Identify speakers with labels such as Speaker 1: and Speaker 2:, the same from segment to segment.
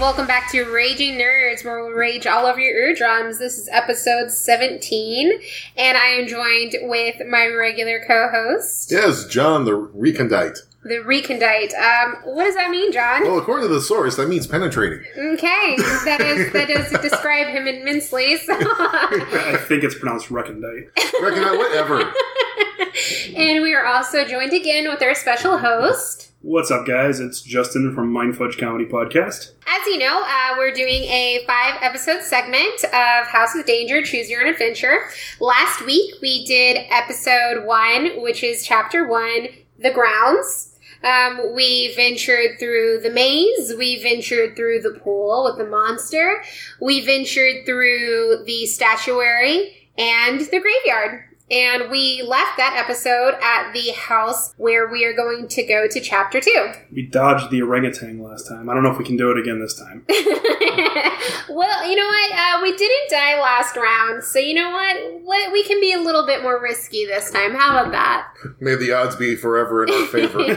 Speaker 1: welcome back to Raging Nerds, where we rage all over your eardrums. This is episode 17, and I am joined with my regular co host,
Speaker 2: Yes, John the Recondite.
Speaker 1: the Recondite. Um, what does that mean, John?
Speaker 2: Well, according to the source, that means penetrating.
Speaker 1: Okay, that is that does describe him immensely. So.
Speaker 3: I think it's pronounced recondite.
Speaker 2: Recondite, whatever.
Speaker 1: and we are also joined again with our special host.
Speaker 3: What's up, guys? It's Justin from Mind Fudge Comedy Podcast.
Speaker 1: As you know, uh, we're doing a five episode segment of House of Danger Choose Your Own Adventure. Last week we did episode one, which is chapter one The Grounds. Um, we ventured through the maze, we ventured through the pool with the monster, we ventured through the statuary and the graveyard. And we left that episode at the house where we are going to go to chapter two.
Speaker 3: We dodged the orangutan last time. I don't know if we can do it again this time.
Speaker 1: well, you know what? Uh, we didn't die last round, so you know what? Let- We can be a little bit more risky this time. How about that?
Speaker 2: May the odds be forever in our favor.
Speaker 1: Um,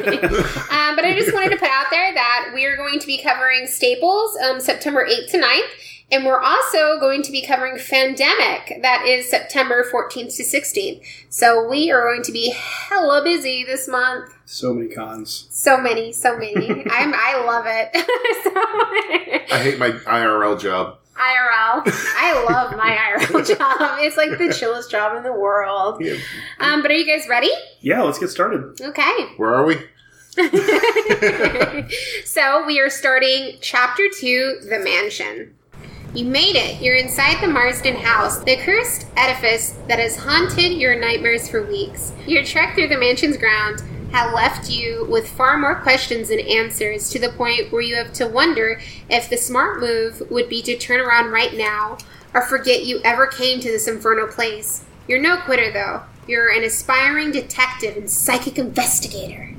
Speaker 1: but I just wanted to put out there that we are going to be covering Staples um, September 8th to 9th, and we're also going to be covering Fandemic, that is September 14th to 16th. So we are going to be hella busy this month.
Speaker 3: So many cons.
Speaker 1: So many, so many. I'm, I love it. so,
Speaker 2: I hate my IRL job.
Speaker 1: IRL. I love my IRL job. It's like the chillest job in the world.
Speaker 2: Yeah.
Speaker 1: Um, but are you guys ready?
Speaker 3: Yeah, let's get started.
Speaker 1: Okay.
Speaker 2: Where are we?
Speaker 1: so we are starting chapter two, the mansion. You made it. You're inside the Marsden house, the cursed edifice that has haunted your nightmares for weeks. Your trek through the mansion's ground had left you with far more questions than answers to the point where you have to wonder if the smart move would be to turn around right now or forget you ever came to this infernal place. You're no quitter, though. You're an aspiring detective and psychic investigator.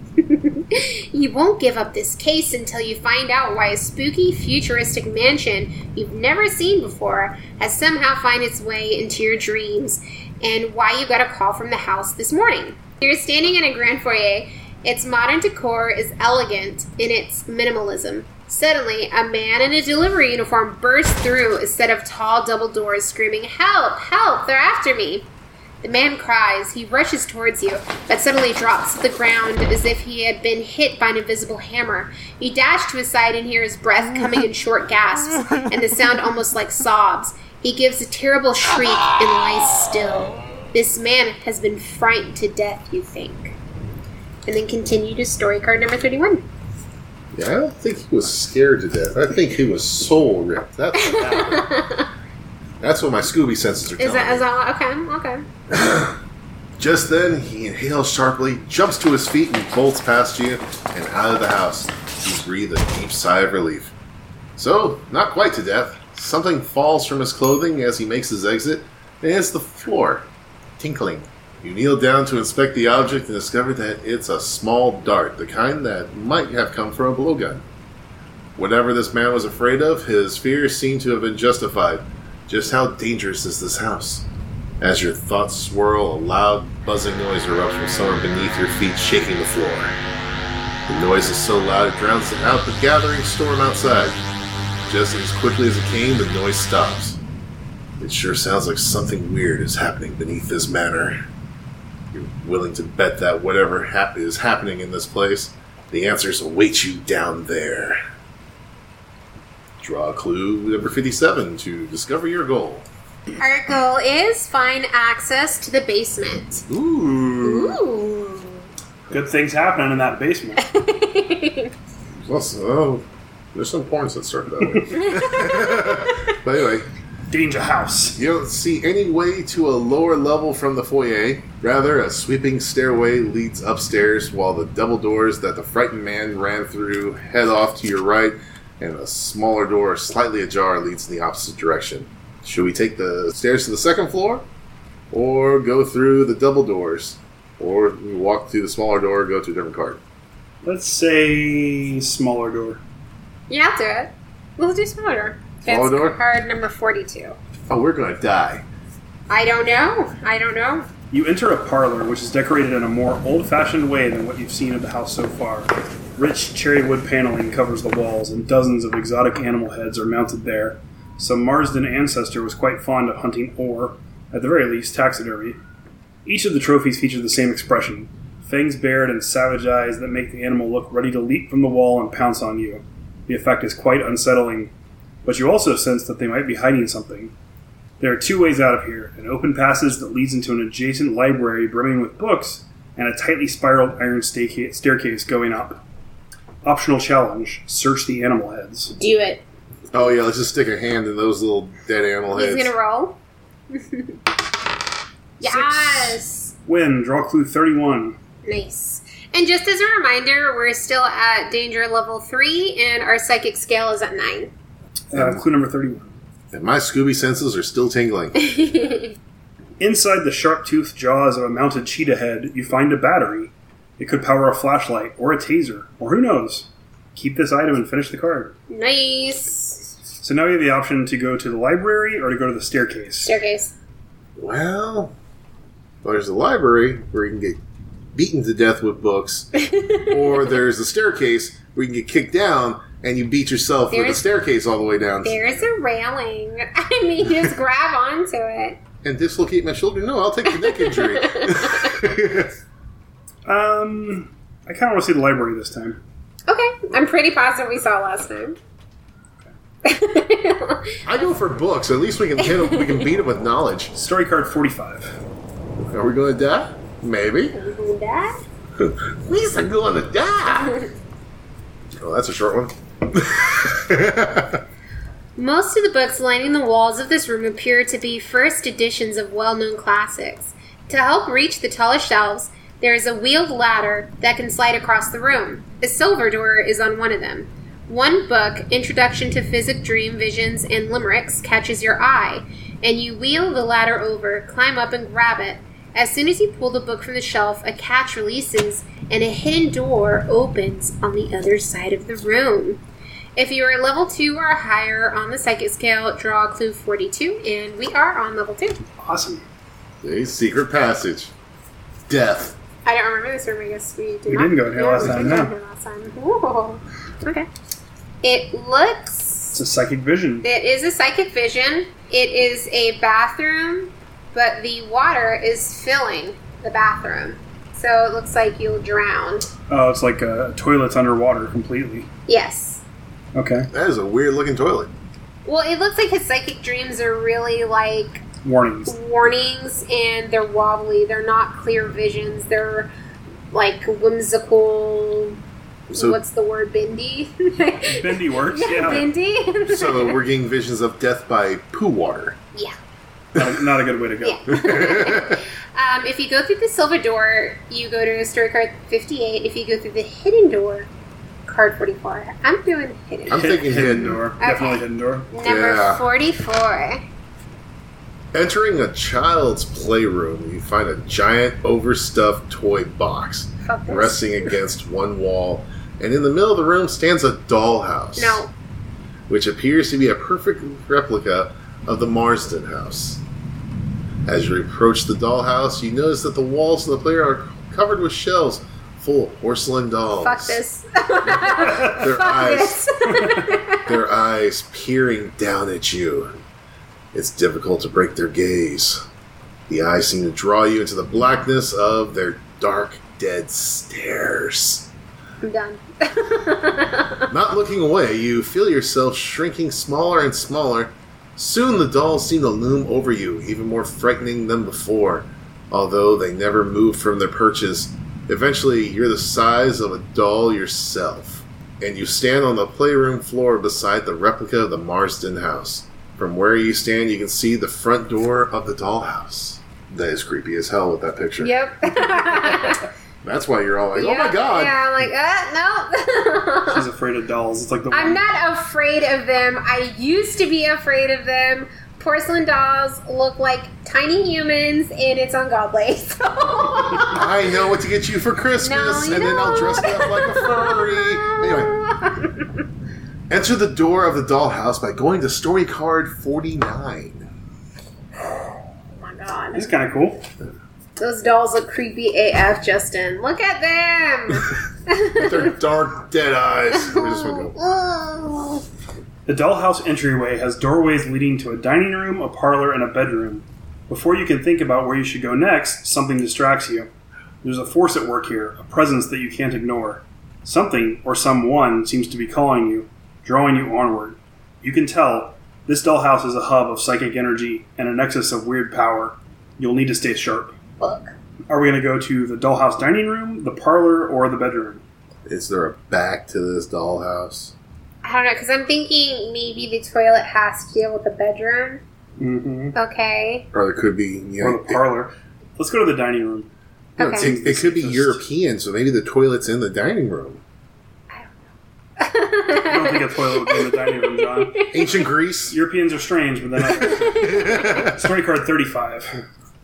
Speaker 1: you won't give up this case until you find out why a spooky, futuristic mansion you've never seen before has somehow found its way into your dreams and why you got a call from the house this morning. You're standing in a grand foyer. Its modern decor is elegant in its minimalism. Suddenly, a man in a delivery uniform bursts through a set of tall double doors, screaming, Help! Help! They're after me! The man cries. He rushes towards you, but suddenly drops to the ground as if he had been hit by an invisible hammer. You dash to his side and hear his breath coming in short gasps and the sound almost like sobs. He gives a terrible shriek and lies still. This man has been frightened to death, you think. And then continue to story card number 31.
Speaker 2: Yeah, I don't think he was scared to death. I think he was soul ripped. That's what happened. That's what my Scooby senses are
Speaker 1: Is
Speaker 2: telling
Speaker 1: that, is
Speaker 2: me.
Speaker 1: that okay? Okay.
Speaker 2: Just then, he inhales sharply, jumps to his feet, and bolts past you and out of the house. You breathe a deep sigh of relief. So, not quite to death, something falls from his clothing as he makes his exit and hits the floor, tinkling. You kneel down to inspect the object and discover that it's a small dart, the kind that might have come from a blowgun. Whatever this man was afraid of, his fears seem to have been justified. Just how dangerous is this house? As your thoughts swirl, a loud buzzing noise erupts from somewhere beneath your feet, shaking the floor. The noise is so loud it drowns out the gathering storm outside. Just as quickly as it came, the noise stops. It sure sounds like something weird is happening beneath this manor. You're willing to bet that whatever hap- is happening in this place, the answers await you down there. Draw clue number 57 to discover your goal.
Speaker 1: Our goal is find access to the basement.
Speaker 2: Ooh.
Speaker 1: Ooh.
Speaker 3: Good things happening in that basement.
Speaker 2: Plus, oh, there's some porns that start that way. but anyway,
Speaker 3: Danger house.
Speaker 2: You don't see any way to a lower level from the foyer. Rather, a sweeping stairway leads upstairs, while the double doors that the frightened man ran through head off to your right, and a smaller door slightly ajar leads in the opposite direction. Should we take the stairs to the second floor? Or go through the double doors? Or we walk through the smaller door, go to a different card?
Speaker 3: Let's say smaller door.
Speaker 1: Yeah, I'll do it. We'll do smaller. That's
Speaker 2: Smaller door?
Speaker 1: card number 42.
Speaker 2: Oh, we're gonna die.
Speaker 1: I don't know. I don't know.
Speaker 3: You enter a parlor which is decorated in a more old fashioned way than what you've seen of the house so far. Rich cherry wood paneling covers the walls, and dozens of exotic animal heads are mounted there. Some Marsden ancestor was quite fond of hunting or, at the very least, taxidermy. Each of the trophies features the same expression fangs bared and savage eyes that make the animal look ready to leap from the wall and pounce on you. The effect is quite unsettling, but you also sense that they might be hiding something. There are two ways out of here an open passage that leads into an adjacent library brimming with books, and a tightly spiraled iron stairca- staircase going up. Optional challenge search the animal heads.
Speaker 4: Do it.
Speaker 2: Oh yeah, let's just stick a hand in those little dead animal
Speaker 1: He's
Speaker 2: heads.
Speaker 1: gonna roll. yes.
Speaker 3: Win, draw clue 31.
Speaker 1: Nice. And just as a reminder, we're still at danger level three, and our psychic scale is at nine.
Speaker 3: Uh, clue number 31.
Speaker 2: And my Scooby senses are still tingling.
Speaker 3: Inside the sharp toothed jaws of a mounted cheetah head, you find a battery. It could power a flashlight, or a taser, or who knows. Keep this item and finish the card.
Speaker 1: nice.
Speaker 3: So now you have the option to go to the library or to go to the staircase.
Speaker 1: Staircase.
Speaker 2: Well, there's the library where you can get beaten to death with books, or there's the staircase where you can get kicked down and you beat yourself with
Speaker 1: There's-
Speaker 2: the staircase all the way down.
Speaker 1: There's a railing. I mean, just grab onto it.
Speaker 2: And dislocate my shoulder? No, I'll take the neck injury.
Speaker 3: Um, I kind of want to see the library this time.
Speaker 1: Okay, I'm pretty positive we saw last time.
Speaker 2: I go for books. At least we can hit 'em- we can beat them with knowledge.
Speaker 3: Story card 45.
Speaker 2: Are we going to die? Maybe.
Speaker 1: that?
Speaker 2: We're going to die. Oh, that's a short one.
Speaker 1: Most of the books lining the walls of this room appear to be first editions of well known classics. To help reach the tallest shelves, there is a wheeled ladder that can slide across the room. A silver door is on one of them. One book, Introduction to Physic, Dream, Visions, and Limericks, catches your eye, and you wheel the ladder over, climb up, and grab it. As soon as you pull the book from the shelf, a catch releases, and a hidden door opens on the other side of the room. If you are level 2 or higher on the psychic scale, draw clue 42, and we are on level 2.
Speaker 3: Awesome.
Speaker 2: A secret passage. Death.
Speaker 1: I don't remember this room, I guess we did
Speaker 3: We
Speaker 1: not.
Speaker 3: didn't go in here
Speaker 1: Yeah,
Speaker 3: last
Speaker 1: we
Speaker 3: time,
Speaker 1: didn't go
Speaker 3: no.
Speaker 1: in here last time. Ooh. Okay. It looks.
Speaker 3: It's a psychic vision.
Speaker 1: It is a psychic vision. It is a bathroom, but the water is filling the bathroom. So it looks like you'll drown.
Speaker 3: Oh, it's like a toilet's underwater completely.
Speaker 1: Yes.
Speaker 3: Okay.
Speaker 2: That is a weird looking toilet.
Speaker 1: Well, it looks like his psychic dreams are really like
Speaker 3: Warnings.
Speaker 1: warnings and they're wobbly. They're not clear visions. They're like whimsical.
Speaker 2: So-
Speaker 1: what's the word? Bendy?
Speaker 3: Bendy works.
Speaker 1: yeah,
Speaker 3: Yeah.
Speaker 1: bendy?
Speaker 2: So we're getting visions of death by poo water.
Speaker 1: yeah.
Speaker 3: Not a, not a good way to go.
Speaker 1: Yeah. um, if you go through the silver door, you go to story card 58. If you go through the hidden door, card 44. I'm doing hidden.
Speaker 2: I'm
Speaker 3: Hid-
Speaker 2: thinking hidden.
Speaker 3: door.
Speaker 1: Okay.
Speaker 3: Definitely hidden door.
Speaker 1: Number
Speaker 2: Oh, Yeah.
Speaker 1: 44.
Speaker 2: Entering a child's playroom, you find a giant overstuffed toy box
Speaker 1: Fuck this.
Speaker 2: resting against one wall, and in the middle of the room stands a dollhouse.
Speaker 1: No.
Speaker 2: Which appears to be a perfect replica of the Marsden house. As you approach the dollhouse, you notice that the walls of the playroom are covered with shelves full of porcelain dolls.
Speaker 1: Fuck this.
Speaker 2: Their
Speaker 1: Fuck
Speaker 2: eyes
Speaker 1: this.
Speaker 2: their eyes peering down at you. It's difficult to break their gaze. The eyes seem to draw you into the blackness of their dark, dead stares.
Speaker 1: I'm done.
Speaker 2: Not looking away, you feel yourself shrinking smaller and smaller. Soon the dolls seem to loom over you, even more frightening than before, although they never move from their perches. Eventually, you're the size of a doll yourself, and you stand on the playroom floor beside the replica of the Marsden house. From where you stand, you can see the front door of the dollhouse. That is creepy as hell with that picture.
Speaker 1: yep.
Speaker 2: That's why you're all like, oh my
Speaker 1: Yep.
Speaker 2: god!
Speaker 1: Yeah, I'm like, uh, no.
Speaker 3: She's afraid of dolls. It's like the
Speaker 1: I'm
Speaker 3: one.
Speaker 1: not afraid of them. I used to be afraid of them. Porcelain dolls look like tiny humans, and it's ungodly. So.
Speaker 2: I know what to get you for Christmas,
Speaker 1: No, you
Speaker 2: and then I'll
Speaker 1: don't.
Speaker 2: dress it up like a furry. Anyway,
Speaker 1: Oh
Speaker 2: enter the door of the dollhouse by going to story card 49.
Speaker 1: Oh my god.
Speaker 3: It's kind of cool.
Speaker 1: Those dolls look creepy AF, Justin. Look at them.
Speaker 2: with their dark, dead eyes. We're just gonna go.
Speaker 3: The dollhouse entryway has doorways leading to a dining room, a parlor, and a bedroom. Before you can think about where you should go next, something distracts you. There's a force at work here, a presence that you can't ignore. Something or someone seems to be calling you, drawing you onward. You can tell this dollhouse is a hub of psychic energy and a nexus of weird power. You'll need to stay sharp. Are we going to go to the dollhouse dining room, the parlor, or the bedroom?
Speaker 2: Is there a back to this dollhouse?
Speaker 1: I don't know, because I'm thinking maybe the toilet has to deal with the bedroom.
Speaker 3: Mm-hmm.
Speaker 1: Okay.
Speaker 2: Or there could be, you
Speaker 3: Or
Speaker 2: know,
Speaker 3: the parlor? Let's go to the dining room.
Speaker 2: it,
Speaker 1: Okay.
Speaker 2: it- it could be
Speaker 3: Just-
Speaker 2: European, so maybe the toilet's in the dining room.
Speaker 3: I don't think a toilet would be in the dining room, John.
Speaker 2: Ancient Greece.
Speaker 3: Europeans are strange, but then
Speaker 2: yeah,
Speaker 3: story card thirty-five.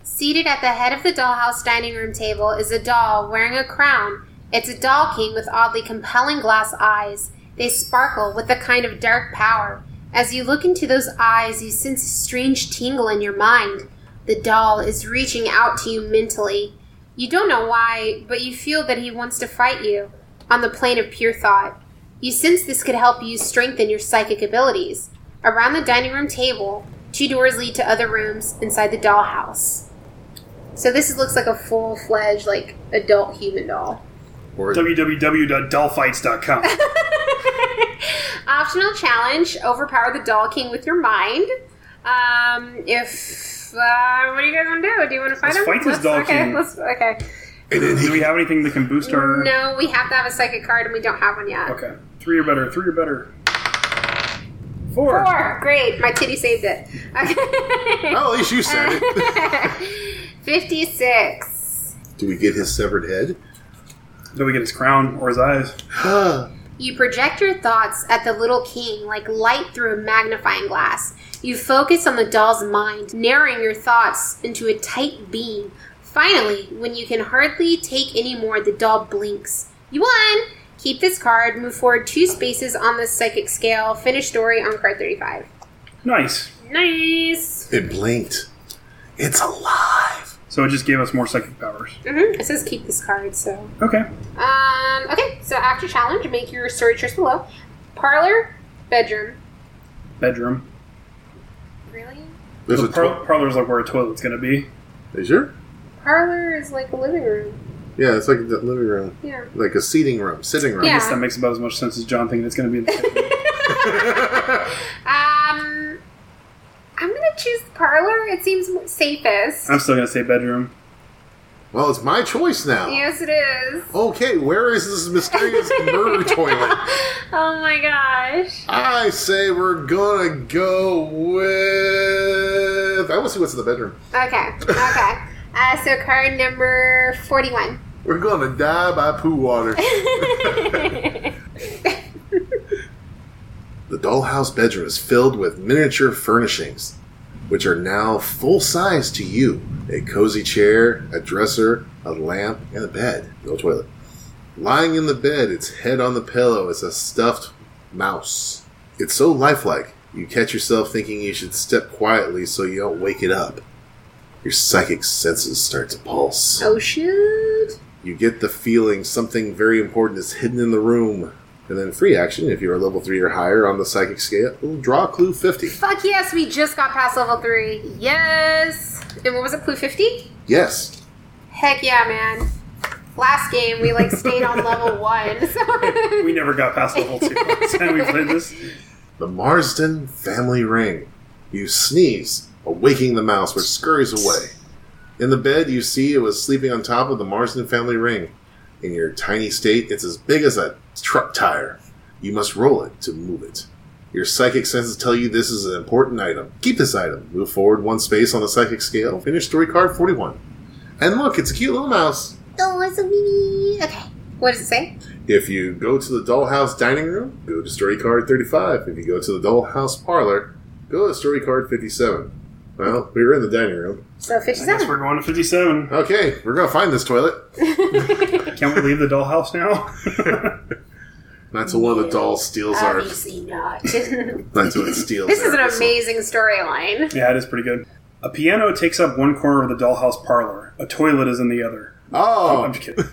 Speaker 1: Seated at the head of the dollhouse dining room table is a doll wearing a crown. It's a doll king with oddly compelling glass eyes. They sparkle with a kind of dark power. As you look into those eyes, you sense a strange tingle in your mind. The doll is reaching out to you mentally. You don't know why, but you feel that he wants to fight you on the plane of pure thought. You sense this could help you strengthen your psychic abilities. Around the dining room table, two doors lead to other rooms inside the dollhouse. So this is- looks like a full-fledged, like adult human doll.
Speaker 2: Or
Speaker 3: www.dollfights.com.
Speaker 1: Optional challenge: overpower the doll king with your mind. Um, if uh, what do you guys want to do? Do you want to fight
Speaker 3: Let's
Speaker 1: him?
Speaker 3: fight this doll
Speaker 1: okay,
Speaker 3: king.
Speaker 1: Let's, okay.
Speaker 2: and then
Speaker 3: Do
Speaker 2: he,
Speaker 3: we have anything that can boost our?
Speaker 1: No, we have to have a psychic card, and we don't have one yet.
Speaker 3: Okay, three or better. Three or better. Four.
Speaker 1: Four. Great. My titty saved it. Okay.
Speaker 2: oh, at least you said it.
Speaker 3: Oh.
Speaker 1: 56.
Speaker 2: Do we get his severed head?
Speaker 3: Do we get his crown or his eyes?
Speaker 1: You project your thoughts at the little king like light through a magnifying glass. You focus on the doll's mind, narrowing your thoughts into a tight beam. Finally, when you can hardly take any more, the doll blinks. You won! Keep this card, move forward two spaces on the psychic scale, finish story on card 35.
Speaker 3: Nice.
Speaker 1: Nice!
Speaker 2: it blinked. It's alive.
Speaker 3: So it just gave us more psychic powers.
Speaker 1: hmm It says keep this card, so.
Speaker 3: Okay.
Speaker 1: Um, okay, so after challenge, make your story choice below. Parlor, bedroom.
Speaker 3: Bedroom.
Speaker 1: Really?
Speaker 2: There's
Speaker 3: the
Speaker 2: a
Speaker 3: par-
Speaker 2: toilet.
Speaker 3: parlor's like where a toilet's gonna be.
Speaker 2: Is there?
Speaker 1: Parlor is like a living room.
Speaker 2: Yeah, it's like the living room,
Speaker 1: Yeah.
Speaker 2: like a seating room, sitting room.
Speaker 1: Yeah.
Speaker 3: Guess that makes about as much sense as John thinking it's gonna be in the kitchen.
Speaker 1: Um, I'm gonna choose parlor. It seems mo- safest.
Speaker 3: I'm still gonna say bedroom.
Speaker 2: well, it's my choice now.
Speaker 1: Yes, it is.
Speaker 2: Okay, where is this mysterious murder toilet?
Speaker 1: Oh my gosh.
Speaker 2: I say we're gonna go with. I want to see what's in the bedroom.
Speaker 1: Okay. Okay. Uh, so card number forty-one.
Speaker 2: We're gonna die by poo water. the dollhouse bedroom is filled with miniature furnishings, which are now full size to you a cozy chair, a dresser, a lamp, and a bed. No toilet. Lying in the bed, its head on the pillow, is a stuffed mouse. It's so lifelike, you catch yourself thinking you should step quietly so you don't wake it up. Your psychic senses start to pulse.
Speaker 1: oh shoot.
Speaker 2: You get the feeling something very important is hidden in the room. And then free action, if you're a level 3 or higher on the psychic scale, draw clue 50.
Speaker 1: Fuck yes, we just got past level three. Yes. And what was it? Clue fifty.
Speaker 2: Yes.
Speaker 1: Heck yeah, man. Last game we like stayed on level one. So
Speaker 3: We never got past level two. and we played this.
Speaker 2: The Marsden family ring. You sneeze, awaking the mouse, which scurries away. In the bed, you see it was sleeping on top of the Marsden family ring. In your tiny state, it's as big as a truck tire. You must roll it to move it. Your psychic senses tell you this is an important item. Keep this item. Move forward one space on the psychic scale. Finish story card 41. And look, it's a cute little mouse.
Speaker 1: Oh, it's a mini. Okay. What does it say?
Speaker 2: If you go to the dollhouse dining room, go to story card 35. If you go to the dollhouse parlor, go to story card 57. Well, we were in the dining room.
Speaker 1: So
Speaker 3: I guess
Speaker 1: 57.
Speaker 3: we're going to 57.
Speaker 2: Okay, we're gonna find this toilet.
Speaker 3: Can we leave the dollhouse now?
Speaker 2: Not until one of the dolls steals our.
Speaker 1: Obviously not. this
Speaker 2: Not until it steals
Speaker 1: is an
Speaker 2: our whistle.
Speaker 1: amazing storyline.
Speaker 3: yeah, it is pretty good. A piano takes up one corner of the dollhouse parlor. A toilet is in the other.
Speaker 2: Oh!
Speaker 3: I'm just kidding.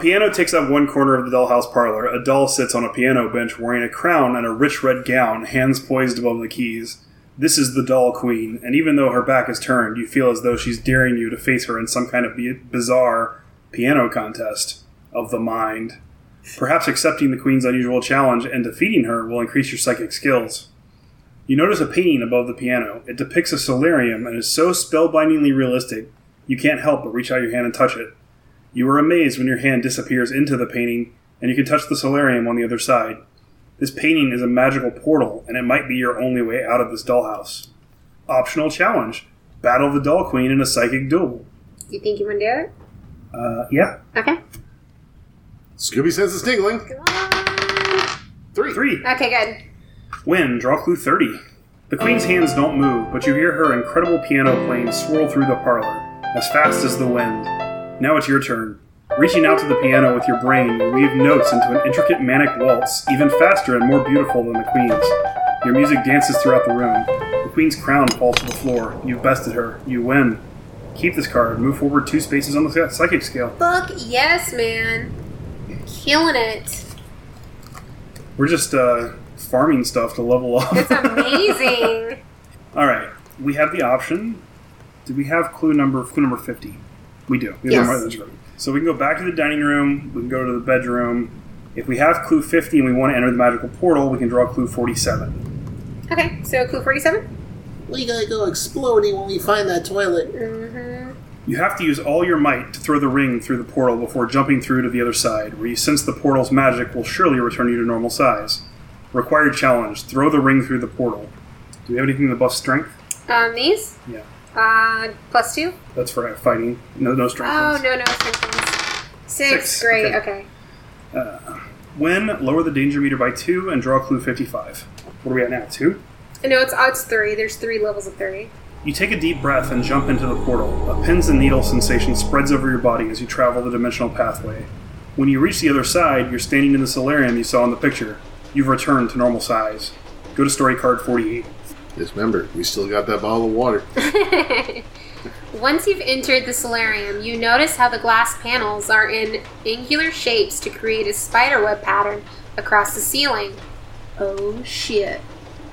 Speaker 3: piano takes up one corner of the dollhouse parlor. A doll sits on a piano bench wearing a crown and a rich red gown, hands poised above the keys. This is the doll queen, and even though her back is turned, you feel as though she's daring you to face her in some kind of bi- bizarre piano contest of the mind. Perhaps accepting the queen's unusual challenge and defeating her will increase your psychic skills. You notice a painting above the piano. It depicts a solarium and is so spellbindingly realistic, you can't help but reach out your hand and touch it. You are amazed when your hand disappears into the painting and you can touch the solarium on the other side. This painting is a magical portal, and it might be your only way out of this dollhouse. Optional challenge Battle the Doll Queen in a psychic duel.
Speaker 1: Do you think you want to do it?
Speaker 3: Uh, yeah.
Speaker 1: Okay.
Speaker 2: Scooby says it's tingling.
Speaker 1: Come on.
Speaker 2: Three.
Speaker 3: Three.
Speaker 1: Okay, good.
Speaker 3: Win. Draw clue 30. The Queen's hands don't move, but you hear her incredible piano playing swirl through the parlor, as fast as the wind. Now it's your turn. Reaching out to the piano with your brain, you weave notes into an intricate manic waltz, even faster and more beautiful than the Queen's. Your music dances throughout the room. The Queen's crown falls to the floor. You've bested her. You win. Keep this card. Move forward two spaces on the psychic scale.
Speaker 1: Fuck yes, man. Killing it.
Speaker 3: We're just uh, farming stuff to level up.
Speaker 1: That's amazing.
Speaker 3: All right, we have the option. Do we have clue number clue number fifty? We do. We have
Speaker 1: Yes.
Speaker 3: the Martha's room. So we can go back to the dining room. We can go to the bedroom. If we have clue fifty and we want to enter the magical portal, we can draw clue forty-seven.
Speaker 1: okay, so clue 47?
Speaker 4: We gotta go exploding when we find that toilet.
Speaker 1: Mm-hmm.
Speaker 3: You have to use all your might to throw the ring through the portal before jumping through to the other side, where you sense the portal's magic will surely return you to normal size. Required challenge: throw the ring through the portal. Do we have anything that buffs strength?
Speaker 1: Um, these?
Speaker 3: Yeah.
Speaker 1: Uh, plus two?
Speaker 3: That's for fighting. No, no strength.
Speaker 1: Oh,
Speaker 3: ones.
Speaker 1: no, no. Six. Six.
Speaker 3: Six,
Speaker 1: Great,
Speaker 3: okay.
Speaker 1: okay.
Speaker 3: When lower the danger meter by two and draw clue 55. What are we at now? Two?
Speaker 1: No, it's, oh, it's three. There's three levels of three.
Speaker 3: You take a deep breath and jump into the portal. A pins and needles sensation spreads over your body as you travel the dimensional pathway. When you reach the other side, you're standing in the solarium you saw in the picture. You've returned to normal size. Go to story card 48.
Speaker 2: Just remember, we still got that bottle of water.
Speaker 1: Once you've entered the solarium, you notice how the glass panels are in angular shapes to create a spiderweb pattern across the ceiling. Oh shit.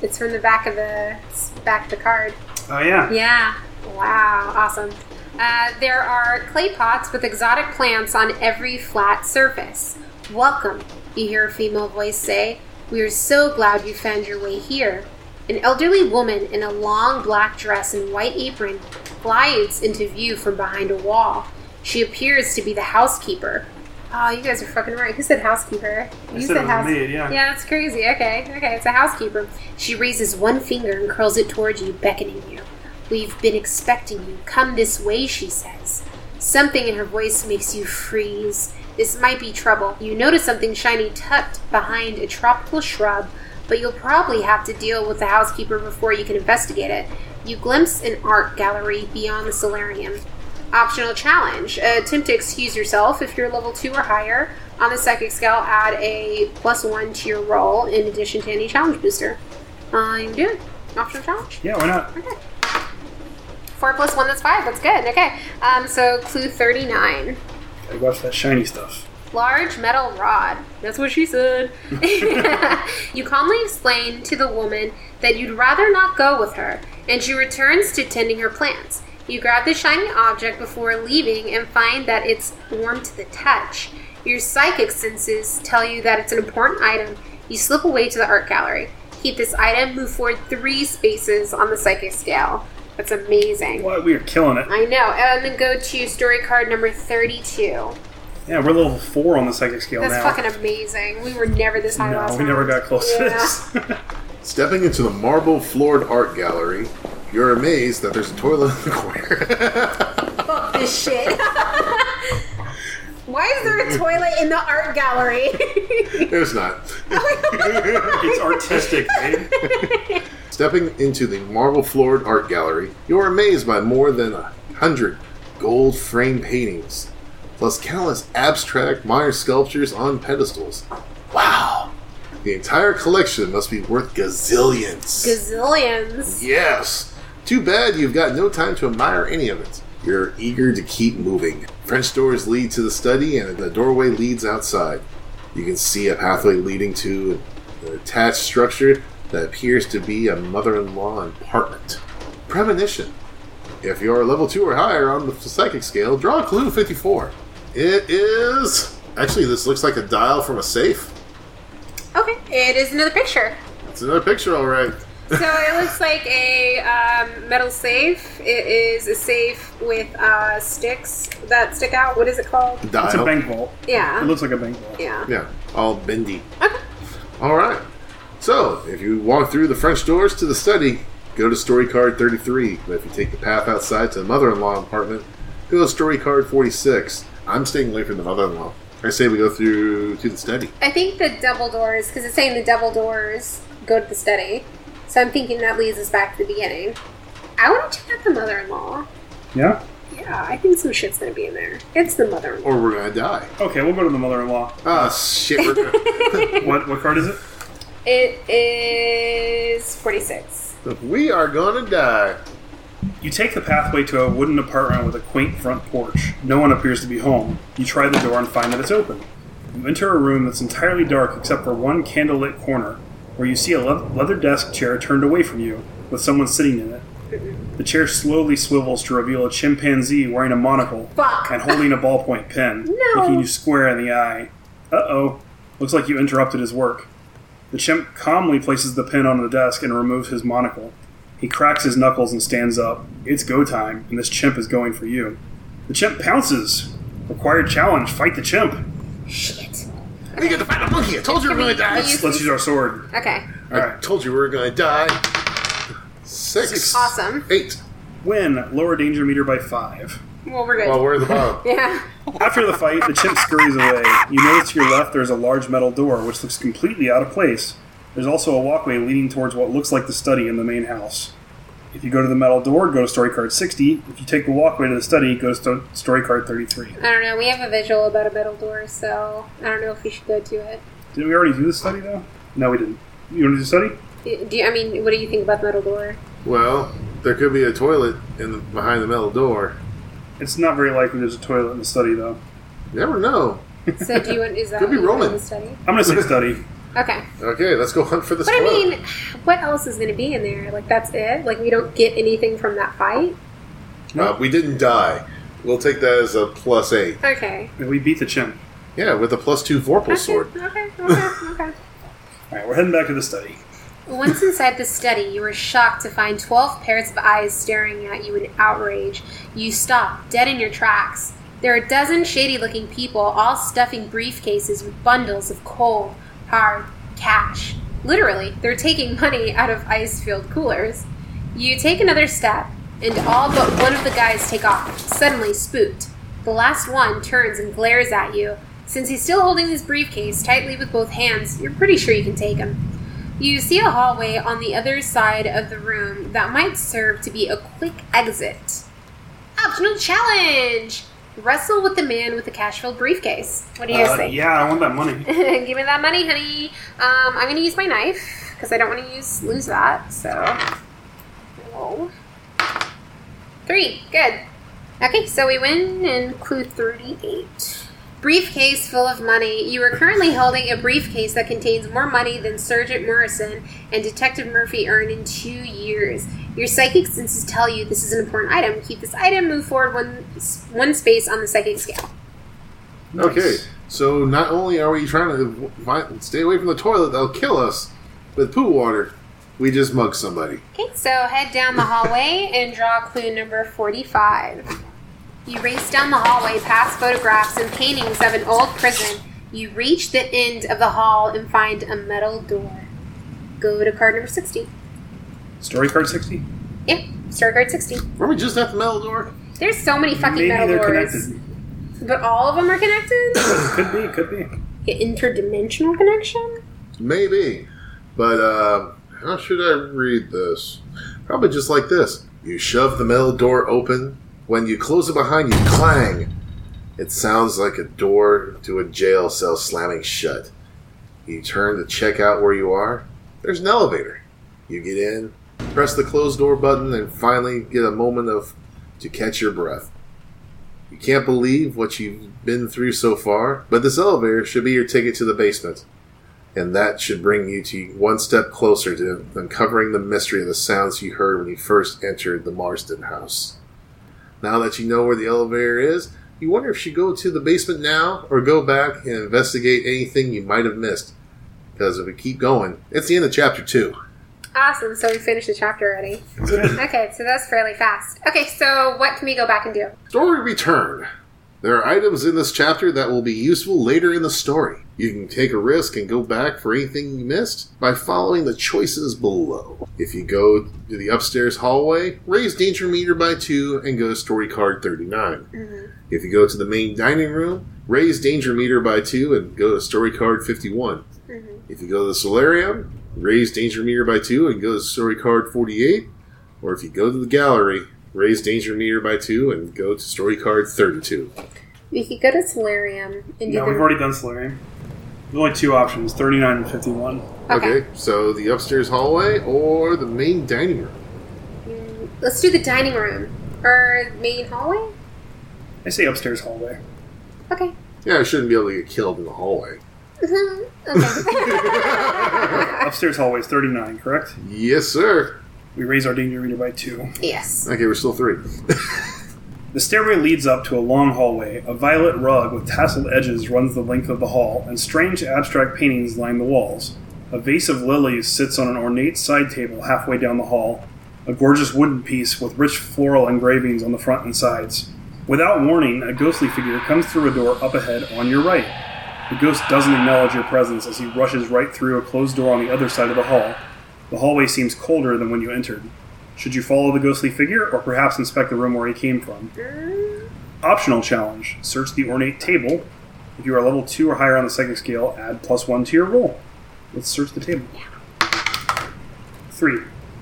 Speaker 1: It's from the back of the it's back of the card.
Speaker 3: Oh, yeah.
Speaker 1: Yeah. Wow. Awesome. Uh, there are clay pots with exotic plants on every flat surface. Welcome, you hear a female voice say. We are so glad you found your way here. An elderly woman in a long black dress and white apron glides into view from behind a wall. She appears to be the housekeeper. Oh, you guys are fucking right. Who said housekeeper? You
Speaker 3: said it was me, yeah.
Speaker 1: Yeah, that's crazy. Okay, okay, it's a housekeeper. She raises one finger and curls it towards you, beckoning you. We've been expecting you. Come this way, she says. Something in her voice makes you freeze. This might be trouble. You notice something shiny tucked behind a tropical shrub, but you'll probably have to deal with the housekeeper before you can investigate it. You glimpse an art gallery beyond the solarium. Optional challenge. Uh, attempt to excuse yourself if you're level 2 or higher. On the psychic scale, add a plus 1 to your roll in addition to any challenge booster. Uh, I'm doing optional challenge.
Speaker 3: Yeah, why not?
Speaker 1: Okay. Four plus one, that's five. That's good. Okay. Um, so clue 39.
Speaker 3: Gotta watch that shiny stuff.
Speaker 1: Large metal rod. That's what she said. you calmly explain to the woman that you'd rather not go with her, and she returns to tending her plants. You grab the shiny object before leaving and find that it's warm to the touch. Your psychic senses tell you that it's an important item. You slip away to the art gallery. Keep this item, move forward three spaces on the psychic scale. That's amazing.
Speaker 3: What? We are killing it.
Speaker 1: I know. And then go to story card number 32.
Speaker 3: Yeah, we're level 4 on the psychic scale
Speaker 1: That's
Speaker 3: now.
Speaker 1: fucking amazing. We were never this high last
Speaker 3: no, we never
Speaker 1: round.
Speaker 3: got close to
Speaker 1: Yeah.
Speaker 3: this.
Speaker 2: Stepping into the marble floored art gallery, you're amazed that there's a toilet in the corner.
Speaker 1: Fuck this shit. Why is there a toilet in the art gallery?
Speaker 2: there's not.
Speaker 1: Oh
Speaker 3: it's artistic, babe.
Speaker 2: Stepping into the marble floored art gallery, you are amazed by more than a hundred gold frame paintings, plus countless abstract minor sculptures on pedestals. Wow! The entire collection must be worth gazillions.
Speaker 1: Gazillions.
Speaker 2: yes! Too bad you've got no time to admire any of it. You're eager to keep moving. French doors lead to the study, and the doorway leads outside. You can see a pathway leading to an attached structure that appears to be a mother in law apartment. Premonition. If you're level 2 or higher on the psychic scale, draw clue 54. It is. Actually, this looks like a dial from a safe.
Speaker 1: Okay, it is another picture.
Speaker 2: It's another picture, alright.
Speaker 1: So it looks like a um, metal safe. It is a safe with uh, sticks that stick out. What is it called?
Speaker 3: It's a
Speaker 2: Dial.
Speaker 3: bank vault. It
Speaker 1: Yeah.
Speaker 3: looks like a bank vault.
Speaker 1: Yeah.
Speaker 2: Yeah, all bendy. All right. So, if you walk through the French doors to the study, go to story card 33. But if you take the path outside to the mother in law apartment, go to story card 46. I'm staying away from the mother in law. I say we go through to the study.
Speaker 1: I think the double doors, because it's saying the double doors go to the study. So I'm thinking that leads us back to the beginning. I want to check out the mother in law.
Speaker 3: Yeah?
Speaker 1: Yeah, I think some shit's gonna be in there. It's the mother in law.
Speaker 2: Or we're going to die.
Speaker 3: Okay, we'll go to the mother in law.
Speaker 2: Ah, shit. We're gonna...
Speaker 3: What what card is it?
Speaker 1: It is 46.
Speaker 2: we are going to die.
Speaker 3: You take the pathway to a wooden apartment with a quaint front porch. No one appears to be home. You try the door and find that it's open. You enter a room that's entirely dark except for one candlelit corner, where you see a le- leather desk chair turned away from you, with someone sitting in it. The chair slowly swivels to reveal a chimpanzee wearing a monocle
Speaker 1: Fuck.
Speaker 3: and holding a ballpoint pen,
Speaker 1: No.
Speaker 3: looking you square in the eye. Uh oh, looks like you interrupted his work. The chimp calmly places the pen on the desk and removes his monocle. He cracks his knuckles and stands up. It's go time, and this chimp is going for you. The chimp pounces. Required challenge. Fight the chimp.
Speaker 1: Shit.
Speaker 2: We get to find a monkey. I told you we were going to die.
Speaker 1: Use-
Speaker 3: Let's use our sword.
Speaker 1: Okay.
Speaker 2: I told you we were going to die. Six.
Speaker 1: Awesome.
Speaker 2: Eight.
Speaker 3: Win. Lower danger meter by five.
Speaker 1: Well, we're good.
Speaker 2: Well, we're at the bottom.
Speaker 1: yeah.
Speaker 3: After the fight, the chimp scurries away. You notice to your left there's a large metal door, which looks completely out of place. There's also a walkway leading towards what looks like the study in the main house. If you go to the metal door, go to story card 60. If you take the walkway to the study, go to sto- story card 33.
Speaker 1: I don't know. We have a visual about a metal door, so I don't know if we should go to it.
Speaker 3: Did we already do the study, though? No, we didn't. You want to do the study?
Speaker 1: Do do you, I mean, what do you think about the metal door?
Speaker 2: Well, there could be a toilet in the, behind the metal door.
Speaker 3: It's not very likely there's a toilet in the study, though.
Speaker 2: You never know.
Speaker 1: So do you want? Is that
Speaker 2: Could be
Speaker 1: what you want
Speaker 2: Roman.
Speaker 1: to study?
Speaker 3: I'm going to say study.
Speaker 1: Okay.
Speaker 2: Okay, let's go hunt for this.
Speaker 1: But I
Speaker 2: toilet.
Speaker 1: mean, what else is going to be in there? Like that's it. Like we don't get anything from that fight.
Speaker 2: Uh, we didn't die. We'll take that as a plus eight.
Speaker 1: Okay.
Speaker 3: We beat the chimp.
Speaker 2: Yeah, with a plus two Vorpal
Speaker 1: Okay.
Speaker 2: sword.
Speaker 1: Okay. Okay. okay.
Speaker 3: All right, we're heading back to the study.
Speaker 1: Once inside the study, you were shocked to find 12 pairs of eyes staring at you in outrage. You stopped, dead in your tracks. There are a dozen shady looking people, all stuffing briefcases with bundles of cold, hard cash. Literally, they're taking money out of ice filled coolers. You take another step, and all but one of the guys take off, suddenly spooked. The last one turns and glares at you. Since he's still holding his briefcase tightly with both hands, you're pretty sure you can take him. You see a hallway on the other side of the room that might serve to be a quick exit. Optional challenge! Wrestle with the man with the cash filled briefcase. What do you guys
Speaker 3: Uh,
Speaker 1: think?
Speaker 3: yeah, I want that money.
Speaker 1: Give me that money, honey. Um, I'm gonna use my knife because I don't want to use lose that. So, Roll. three, good. Okay, so we win in clue thirty-eight. Briefcase full of money. You are currently holding a briefcase that contains more money than Sergeant Morrison and Detective Murphy earned in two years. Your psychic senses tell you this is an important item. Keep this item. Move forward one one space on the psychic scale.
Speaker 2: Okay,
Speaker 3: Nice.
Speaker 2: so not only are we trying to find, stay away from the toilet that'll kill us with poo water, we just mug somebody.
Speaker 1: Okay, so head down the hallway and draw clue number 45. You race down the hallway past photographs and paintings of an old prison. You reach the end of the hall and find a metal door. Go to card number 60.
Speaker 3: Story card 60?
Speaker 1: Yep, star card 60.
Speaker 2: Were we just at the metal door?
Speaker 1: There's so many fucking
Speaker 3: Maybe
Speaker 1: metal
Speaker 3: they're
Speaker 1: doors.
Speaker 3: connected.
Speaker 1: But all of them are connected?
Speaker 3: Could be, could be.
Speaker 1: Interdimensional connection?
Speaker 2: Maybe, but uh, how should I read this? Probably just like this: You shove the metal door open. When you close it behind you, clang. It sounds like a door to a jail cell slamming shut. You turn to check out where you are. There's an elevator. You get in, press the closed door button, and finally get a moment of to catch your breath. You can't believe what you've been through so far, but this elevator should be your ticket to the basement. And that should bring you to one step closer to uncovering the mystery of the sounds you heard when you first entered the Marsden house. Now that you know where the elevator is, you wonder if you should go to the basement now or go back and investigate anything you might have missed. Because if we keep going, it's the end of chapter two.
Speaker 1: Awesome. So we finished the chapter already. Okay, so that's fairly fast. Okay, so what can we go back and do?
Speaker 2: Story return. There are items in this chapter that will be useful later in the story. You can take a risk and go back for anything you missed by following the choices below. If you go to the upstairs hallway, raise danger meter by 2 and go to story card 39. If you go to the main dining room, raise danger meter by 2 and go to story card 51. If you go to the solarium, raise danger meter by 2 and go to story card 48. Or if you go to the gallery, raise danger meter by 2 and go to story card 32.
Speaker 1: We could go to Solarium and do
Speaker 3: No,
Speaker 1: the.
Speaker 3: we've already done Solarium. There's only two options 39 and 51.
Speaker 1: Okay.
Speaker 2: Okay, so the upstairs hallway or the main dining room?
Speaker 1: Mm, Let's do the dining room or main hallway.
Speaker 3: I say upstairs hallway.
Speaker 1: Okay.
Speaker 2: Yeah, I shouldn't be able to get killed in the hallway.
Speaker 1: okay.
Speaker 3: Upstairs hallway is 39, correct?
Speaker 2: Yes, sir.
Speaker 3: We raise our danger meter by two.
Speaker 1: yes.
Speaker 2: Okay, we're still three.
Speaker 3: The stairway leads up to a long hallway. A violet rug with tasseled edges runs the length of the hall, and strange abstract paintings line the walls. A vase of lilies sits on an ornate side table halfway down the hall, a gorgeous wooden piece with rich floral engravings on the front and sides. Without warning, a ghostly figure comes through a door up ahead on your right. The ghost doesn't acknowledge your presence as he rushes right through a closed door on the other side of the hall. The hallway seems colder than when you entered. Should you follow the ghostly figure, or perhaps inspect the room where he came from?
Speaker 1: Mm,
Speaker 3: Optional challenge search the ornate table. If you are level 2 or higher on the psychic scale, add plus 1 to your roll. Let's search the table. 3.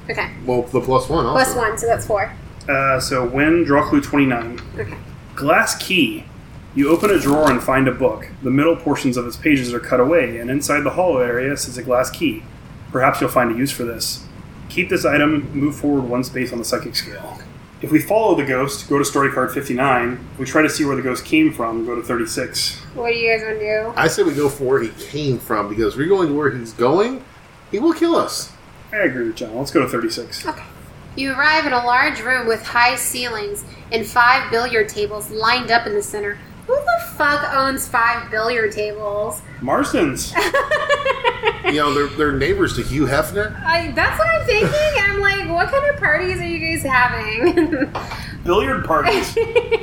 Speaker 1: Okay.
Speaker 2: Well, the plus one also.
Speaker 1: Plus one, so that's four.
Speaker 3: Uh, so when draw clue 29.
Speaker 1: Okay.
Speaker 3: Glass key. You open a drawer and find a book. The middle portions of its pages are cut away, and inside the hollow area sits a glass key. Perhaps you'll find a use for this. Keep this item, move forward one space on the psychic scale. If we follow the ghost, go to story card 59. If we try to see where the ghost came from, go to 36.
Speaker 1: What do you guys want to do?
Speaker 2: I say we go for where he came from because if we're going where he's going, he will kill us.
Speaker 3: I agree with John. Let's go to 36.
Speaker 1: Okay. You arrive at a large room with high ceilings and five billiard tables lined up in the center. Who the fuck owns five billiard tables?
Speaker 3: Marston's.
Speaker 2: You know, they're, they're neighbors to Hugh Hefner.
Speaker 1: I, that's what I'm thinking. I'm like, what kind of parties are you guys having?
Speaker 3: Billiard parties.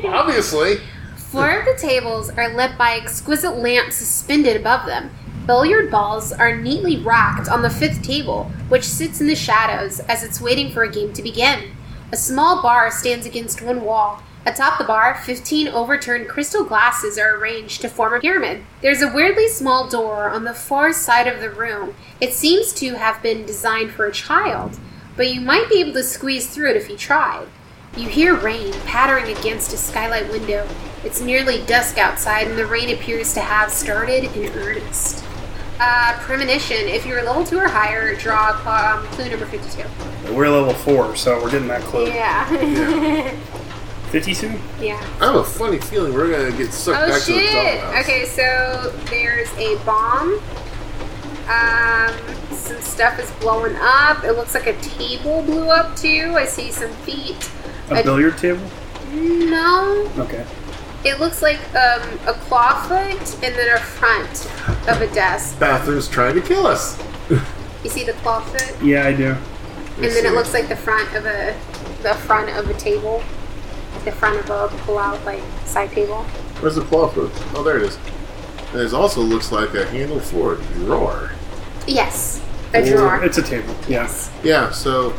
Speaker 2: Obviously.
Speaker 1: Floor of the tables are lit by exquisite lamps suspended above them. Billiard balls are neatly racked on the fifth table, which sits in the shadows as it's waiting for a game to begin. A small bar stands against one wall. Atop the bar, 15 overturned crystal glasses are arranged to form a pyramid. There's a weirdly small door on the far side of the room. It seems to have been designed for a child, but you might be able to squeeze through it if you tried. You hear rain pattering against a skylight window. It's nearly dusk outside, and the rain appears to have started in earnest. Uh, premonition. If you're level two or higher, draw um, clue number fifty-two.
Speaker 3: We're level 4, so we're getting that clue.
Speaker 1: Yeah.
Speaker 3: 52?
Speaker 1: yeah.
Speaker 2: I have a funny feeling we're going to get sucked
Speaker 1: Oh
Speaker 2: back to the
Speaker 1: shit!
Speaker 2: dollhouse.
Speaker 1: Okay, so there's a bomb. Um, some stuff is blowing up. It looks like a table blew up too. I see some feet.
Speaker 3: A
Speaker 1: I-
Speaker 3: billiard table?
Speaker 1: No,
Speaker 3: Okay.
Speaker 1: It looks like um, a claw foot and then a front of a desk.
Speaker 2: Bathroom's trying to kill us.
Speaker 1: You see the claw foot,
Speaker 3: Yeah, I do.
Speaker 1: and then it looks like the front of a the front of a table, the front of a pull-out like side table.
Speaker 2: Where's the claw foot? Oh, there it is. And it also looks like a handle for a drawer.
Speaker 1: Yes, a
Speaker 3: Or-
Speaker 1: drawer.
Speaker 3: It's a table.
Speaker 1: Yes.
Speaker 2: Yeah, so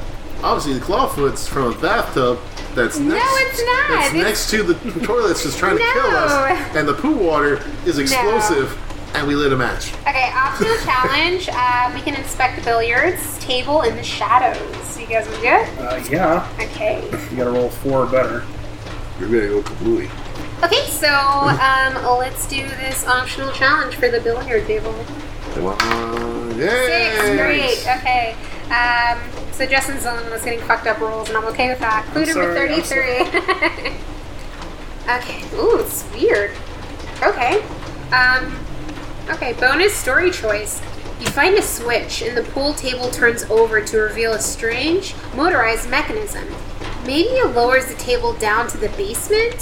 Speaker 2: obviously the clawfoot's from a bathtub that's
Speaker 1: No,
Speaker 2: next,
Speaker 1: it's not.
Speaker 2: That's
Speaker 1: It's-
Speaker 2: next to the toilets just trying to kill us,
Speaker 1: No.
Speaker 2: and the poo water is explosive, and we lit a match.
Speaker 1: Okay, optional challenge. Uh, we can inspect the billiards table in the shadows. You guys want to do it?
Speaker 3: Uh, yeah.
Speaker 1: Okay.
Speaker 3: You gotta roll four or better.
Speaker 2: You're gonna go kablooey.
Speaker 1: Okay, so um, let's do this optional challenge for the billiard table.
Speaker 2: Come on.
Speaker 1: Six,
Speaker 2: Yay!
Speaker 1: great. Okay. Um, so Justin's the only one that's getting fucked up rolls, and I'm okay with that. Clue number
Speaker 3: sorry, I'm
Speaker 1: 33. okay. Ooh, it's weird. Okay. Um, okay, bonus story choice. You find a switch, and the pool table turns over to reveal a strange, motorized mechanism. Maybe it lowers the table down to the basement?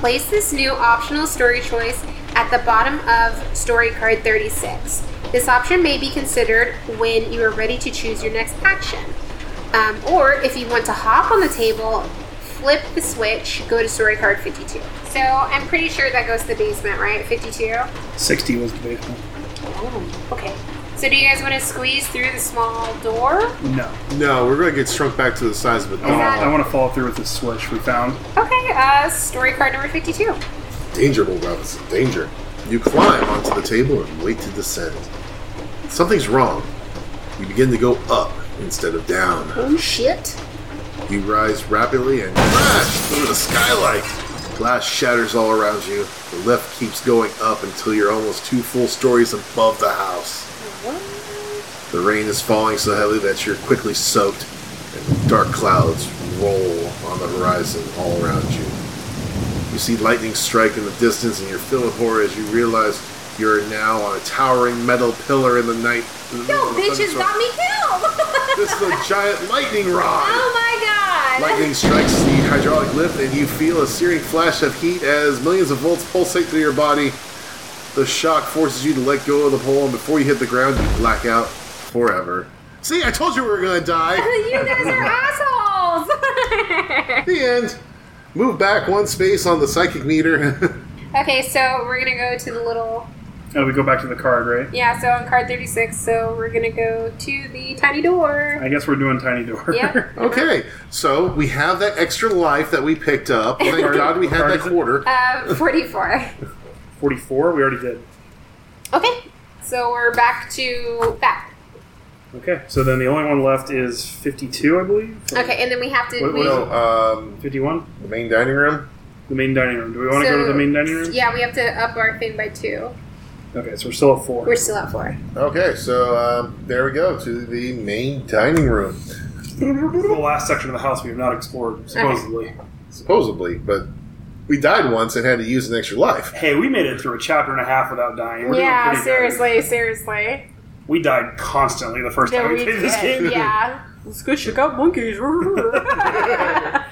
Speaker 1: Place this new optional story choice at the bottom of story card 36. This option may be considered when you are ready to choose your next action. Um, or if you want to hop on the table, flip the switch, go to story card 52. So I'm pretty sure that goes to the basement, right? 52?
Speaker 3: 60 was the basement.
Speaker 1: Oh, okay. So do you guys want to squeeze through the small door?
Speaker 3: No.
Speaker 2: No, we're going to get shrunk back to the size of a
Speaker 3: I want,
Speaker 2: dog.
Speaker 1: that-
Speaker 3: I want to follow through with this switch we found.
Speaker 1: Okay, uh, story card number 52.
Speaker 2: Danger, Will Robinson, danger. You climb onto the table and wait to descend. Something's wrong. You begin to go up instead of down.
Speaker 1: Oh, shit.
Speaker 2: You rise rapidly and crash through the skylight. Glass shatters all around you. The lift keeps going up until you're almost two full stories above the house. The rain is falling so heavily that you're quickly soaked, and dark clouds roll on the horizon all around you. You see lightning strike in the distance, and you're filled with horror as you realize you're now on a towering metal pillar in the night.
Speaker 1: Yo, bitches got me killed!
Speaker 2: This is a giant lightning rod!
Speaker 1: oh my god!
Speaker 2: Lightning strikes the hydraulic lift, and you feel a searing flash of heat as millions of volts pulsate through your body. The shock forces you to let go of the pole, and before you hit the ground, you black out forever. See, I told you we were gonna die.
Speaker 1: you guys are assholes!
Speaker 2: the end. Move back one space on the psychic meter.
Speaker 1: okay, so we're gonna go to the little.
Speaker 3: Oh, we go back to the card, right?
Speaker 1: Yeah, so on card 36, so we're gonna go to the tiny door.
Speaker 3: I guess we're doing tiny door.
Speaker 1: Yep.
Speaker 2: okay, so we have that extra life that we picked up. Thank God we had that quarter.
Speaker 1: Uh, 44.
Speaker 3: 44, we already did.
Speaker 1: Okay, so we're back to that.
Speaker 3: Okay, so then the only one left is 52, I believe?
Speaker 1: Okay, and then we have to.
Speaker 3: What-
Speaker 1: we,
Speaker 3: what else?
Speaker 2: um,
Speaker 3: 51?
Speaker 2: the main dining room.
Speaker 3: The main dining room. Do we want to
Speaker 1: so-
Speaker 3: go to the main dining room?
Speaker 1: Yeah, we have to up our thing by two.
Speaker 3: Okay, so we're still at 4.
Speaker 1: We're still at four.
Speaker 2: Okay, so um, there we go to the main dining room.
Speaker 3: This is the last section of the house we have not explored, supposedly.
Speaker 2: supposedly, but we died once and had to use an extra life.
Speaker 3: Hey, we made it through a chapter and a half without dying. We're doing pretty
Speaker 1: Yeah,
Speaker 3: good.
Speaker 1: seriously, seriously.
Speaker 3: We died constantly the first
Speaker 1: Yeah,
Speaker 3: time
Speaker 1: we
Speaker 3: we played this
Speaker 1: did,
Speaker 3: game.
Speaker 1: Yeah. Let's go check out monkeys. okay.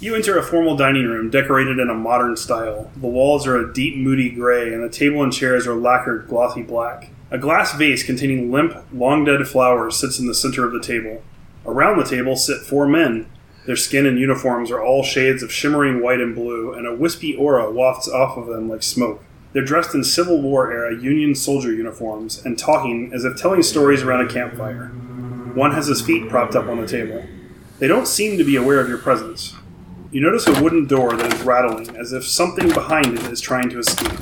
Speaker 3: You enter a formal dining room decorated in a modern style. The walls are a deep, moody gray, and the table and chairs are lacquered glossy black. A glass vase containing limp, long dead flowers sits in the center of the table. Around the table sit four men. Their skin and uniforms are all shades of shimmering white and blue, and a wispy aura wafts off of them like smoke. They're dressed in Civil War era Union soldier uniforms and talking as if telling stories around a campfire. One has his feet propped up on the table. They don't seem to be aware of your presence. You notice a wooden door that is rattling, as if something behind it is trying to escape.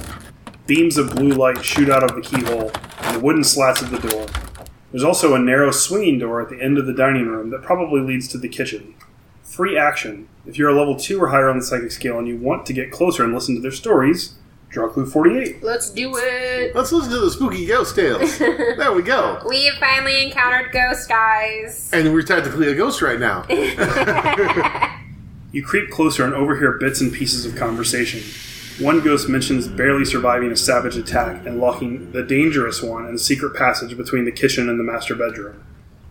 Speaker 3: Beams of blue light shoot out of the keyhole and the wooden slats of the door. There's also a narrow swinging door at the end of the dining room that probably leads to the kitchen. Free action. If you're a level 2 or higher on the psychic scale and you want to get closer and listen to their stories, draw clue 48.
Speaker 1: Let's do it.
Speaker 2: Let's listen to the spooky ghost tales. there we go.
Speaker 1: We have finally encountered ghost eyes.
Speaker 2: And we're technically a ghost right now.
Speaker 3: You creep closer and overhear bits and pieces of conversation. One ghost mentions barely surviving a savage attack and locking the dangerous one in a secret passage between the kitchen and the master bedroom.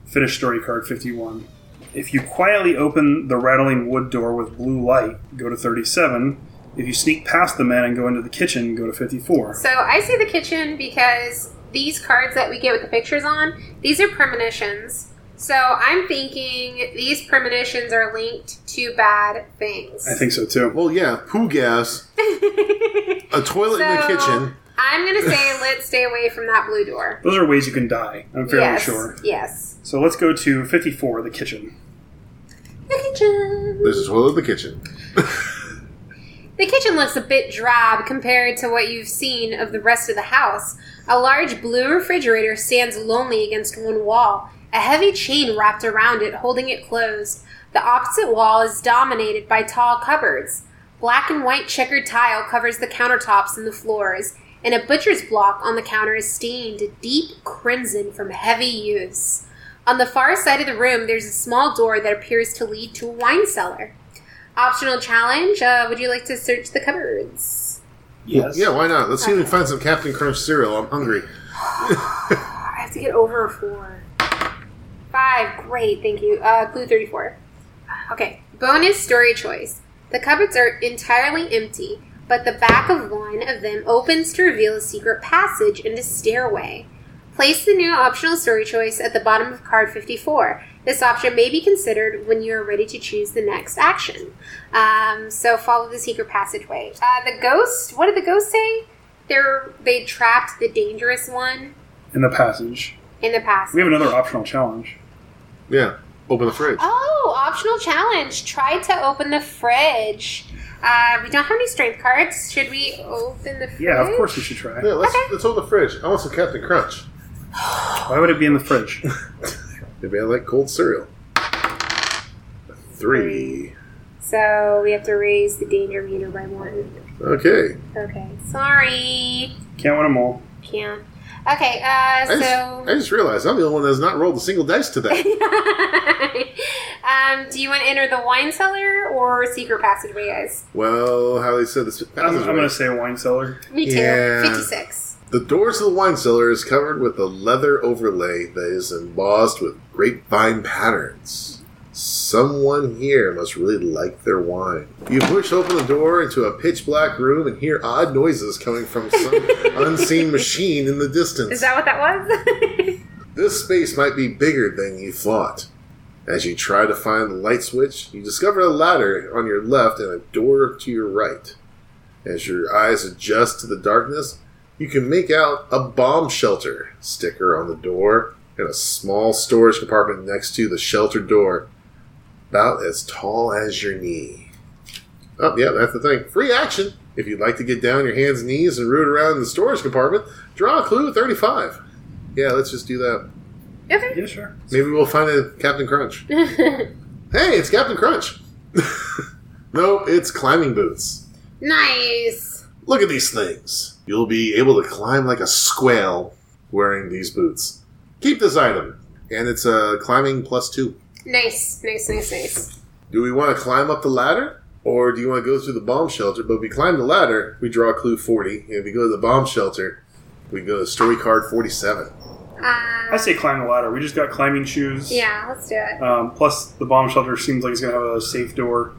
Speaker 3: Finish story card 51. If you quietly open the rattling wood door with blue light, go to 37. If you sneak past the man and go into the kitchen, go to 54.
Speaker 1: So I say the kitchen because these cards that we get with the pictures on, these are premonitions. So I'm thinking these premonitions are linked to bad things.
Speaker 3: I think so too.
Speaker 2: well, yeah, poo gas, a toilet in the
Speaker 1: So,
Speaker 2: kitchen.
Speaker 1: I'm gonna say let's stay away from that blue door.
Speaker 3: Those are ways you can die, I'm fairly
Speaker 1: yes.
Speaker 3: sure.
Speaker 1: Yes.
Speaker 3: So let's go to 54, the kitchen.
Speaker 1: The kitchen.
Speaker 2: There's a toilet in the kitchen.
Speaker 1: The kitchen looks a bit drab compared to what you've seen of the rest of the house. A large blue refrigerator stands lonely against one wall, a heavy chain wrapped around it, holding it closed. The opposite wall is dominated by tall cupboards. Black and white checkered tile covers the countertops and the floors, and a butcher's block on the counter is stained a deep crimson from heavy use. On the far side of the room, there's a small door that appears to lead to a wine cellar. Optional challenge uh, would you like to search the cupboards?
Speaker 3: Yes.
Speaker 2: Yeah, why not? Let's see if we can find some Captain Crunch cereal. I'm hungry.
Speaker 1: I have to get over a four. Five. Great, thank you. Uh, clue 34. Okay. Bonus story choice. The cupboards are entirely empty, but the back of one of them opens to reveal a secret passage and a stairway. Place the new optional story choice at the bottom of card 54. This option may be considered when you are ready to choose the next action. Um, so follow the secret passageway. Uh, the ghost, what did the ghost say? They're, they trapped the dangerous one
Speaker 3: In the passage.
Speaker 1: in the past.
Speaker 3: We have another optional challenge.
Speaker 2: Yeah, open the fridge.
Speaker 1: Oh, optional challenge. Try to open the fridge. Uh, we don't have any strength cards. Should we open the fridge?
Speaker 3: Yeah, of course we should try.
Speaker 2: Yeah, let's
Speaker 1: Okay.
Speaker 2: let's open the fridge. I want some Captain Crunch.
Speaker 3: Why would it be in the fridge?
Speaker 2: Maybe I like cold cereal. Three.
Speaker 1: So we have to raise the danger meter by one.
Speaker 2: Okay.
Speaker 1: Okay. Sorry.
Speaker 3: Can't win them all.
Speaker 1: Can't. Okay, uh,
Speaker 2: I just, I
Speaker 1: so.
Speaker 2: just realized I'm the only one that's not rolled a single dice today.
Speaker 1: um, do you want to enter the wine cellar or secret passageway, guys?
Speaker 2: well, how they said this
Speaker 3: I'm, I'm
Speaker 2: passageway.
Speaker 3: going to say wine cellar.
Speaker 1: Me too.
Speaker 2: Yeah.
Speaker 1: 56.
Speaker 2: The doors of the wine cellar is covered with a leather overlay that is embossed with grapevine patterns. Someone here must really like their wine. You push open the door into a pitch black room and hear odd noises coming from some unseen machine in the distance.
Speaker 1: Is that what that was?
Speaker 2: This space might be bigger than you thought. As you try to find the light switch, you discover a ladder on your left and a door to your right. As your eyes adjust to the darkness, you can make out a bomb shelter sticker on the door and a small storage compartment next to the shelter door, about as tall as your knee. Oh, yeah, that's the thing. Free action! If you'd like to get down on your hands and knees and root around in the storage compartment, draw a clue at 35. Yeah, let's just do that.
Speaker 1: okay.
Speaker 3: Yeah, sure.
Speaker 2: Maybe we'll find a Captain Crunch. hey, it's Captain Crunch. no, it's climbing boots.
Speaker 1: nice.
Speaker 2: Look at these things. You'll be able to climb like a squale wearing these boots. Keep this item, and it's a climbing plus two.
Speaker 1: Nice, nice, nice, nice.
Speaker 2: Do we want to climb up the ladder, or do you want to go through the bomb shelter? But if we climb the ladder, we draw clue forty. And if we go to the bomb shelter, we go to story card forty-seven.
Speaker 1: Uh,
Speaker 3: I say climb the ladder. We just got climbing shoes.
Speaker 1: yeah, let's do it.
Speaker 3: Um, plus, the bomb shelter seems like it's going to have a safe door.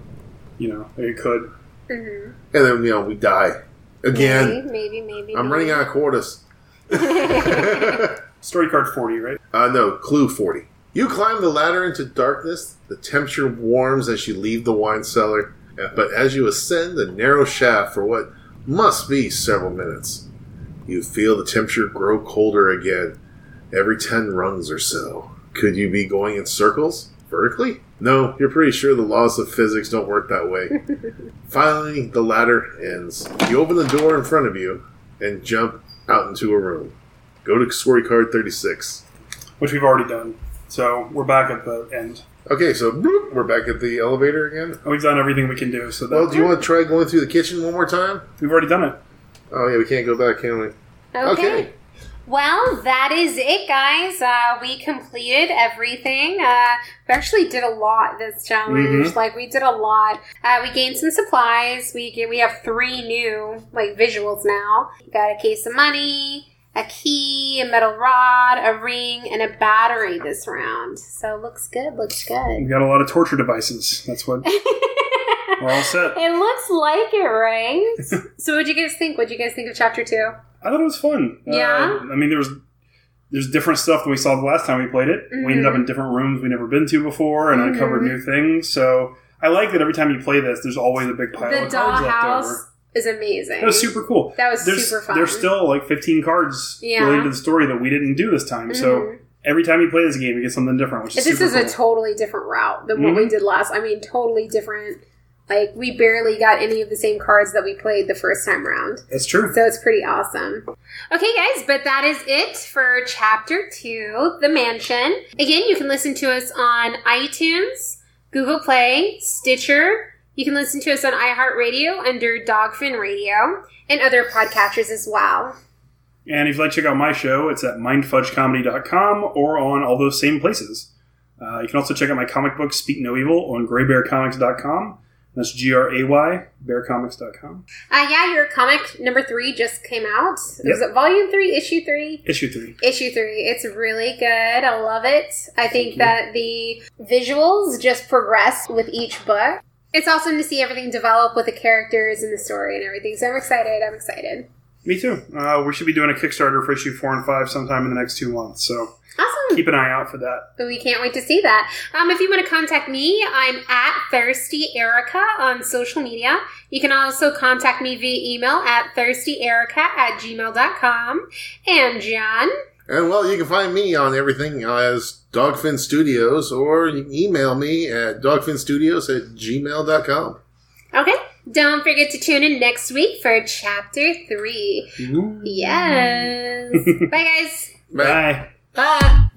Speaker 3: You know, it could.
Speaker 1: hmm
Speaker 2: And then you know we die again.
Speaker 1: Maybe, maybe, maybe.
Speaker 2: I'm running out of quarters.
Speaker 3: Story card 40, right?
Speaker 2: Uh, no, clue 40. You climb the ladder into darkness. The temperature warms as you leave the wine cellar, uh, but as you ascend the narrow shaft for what must be several minutes, you feel the temperature grow colder again every 10 rungs or so. Could you be going in circles? Vertically? No, you're pretty sure the laws of physics don't work that way. Finally, the ladder ends. You open the door in front of you and jump out into a room. Go to story card 36.
Speaker 3: Which we've already done. So we're back at the end.
Speaker 2: Okay, so bloop, we're back at the elevator again.
Speaker 3: And We've done everything we can do. So that,
Speaker 2: Well, do you want to try going through the kitchen one more time?
Speaker 3: we've already done it.
Speaker 2: Oh yeah, we can't go back, can we?
Speaker 1: Okay. Well, that is it, guys. Uh, we completed everything. Uh, we actually did a lot this challenge. Like we did a lot. Uh, we gained some supplies. We get, we have three new like visuals now. We got a case of money, a key, a metal rod, a ring, and a battery this round. So looks good. Looks
Speaker 3: We've
Speaker 1: good.
Speaker 3: got a lot of torture devices. That's what we're all set.
Speaker 1: It looks like it, right? so, what'd you guys think? What'd you guys think of chapter two?
Speaker 3: I thought it was fun.
Speaker 1: Yeah?
Speaker 3: Uh, I mean, there was there's different stuff than we saw the last time we played it. We ended
Speaker 1: Mm-hmm.
Speaker 3: up in different rooms we never been to before and uncovered new things. So I like that every time you play this, there's always a big pile
Speaker 1: The
Speaker 3: of cards left
Speaker 1: dollhouse
Speaker 3: over.
Speaker 1: is amazing.
Speaker 3: That was super cool.
Speaker 1: That was
Speaker 3: there's,
Speaker 1: super fun.
Speaker 3: There's still like 15 cards
Speaker 1: Yeah. Mm-hmm.
Speaker 3: related to the story that we didn't do this time. So every time you play this game, you get something different, which is
Speaker 1: this
Speaker 3: super
Speaker 1: is a
Speaker 3: cool. Mm-hmm.
Speaker 1: totally different route than what we did last. I mean, totally different. Like we barely got any of the same cards that we played the first time round.
Speaker 3: That's true.
Speaker 1: So it's pretty awesome. Okay, guys, but that is it for chapter two, The Mansion. Again, you can listen to us on iTunes, Google Play, Stitcher. You can listen to us on iHeartRadio under Dogfin Radio and other podcatchers as well.
Speaker 3: And if you'd like to check out my show, it's at mindfudgecomedy.com or on all those same places. Uh, you can also check out my comic book, Speak No Evil, on graybearcomics.com. That's G R A Y, bearcomics.com.
Speaker 1: Uh, yeah, your comic number three just came out. Is it volume three, issue three?
Speaker 3: Issue 3.
Speaker 1: Issue three. It's really good. I love it. I think that the visuals just progress with each book. It's awesome to see everything develop with the characters and the story and everything. So I'm excited. I'm excited.
Speaker 3: Me too. Uh, we should be doing a Kickstarter for issue 4 and 5 sometime in the next two months, so
Speaker 1: Awesome.
Speaker 3: keep an eye out for that.
Speaker 1: We can't wait to see that. Um, if you want to contact me, I'm at Thirsty Erica on social media. You can also contact me via email at thirstyerica at gmail.com. And John,
Speaker 2: And well, you can find me on everything as Dogfin Studios, or you can email me at dogfinstudios at gmail.com.
Speaker 1: okay, don't forget to tune in next week for chapter three. Yes. Bye, guys.
Speaker 3: Bye.
Speaker 4: Ah!
Speaker 1: Bye.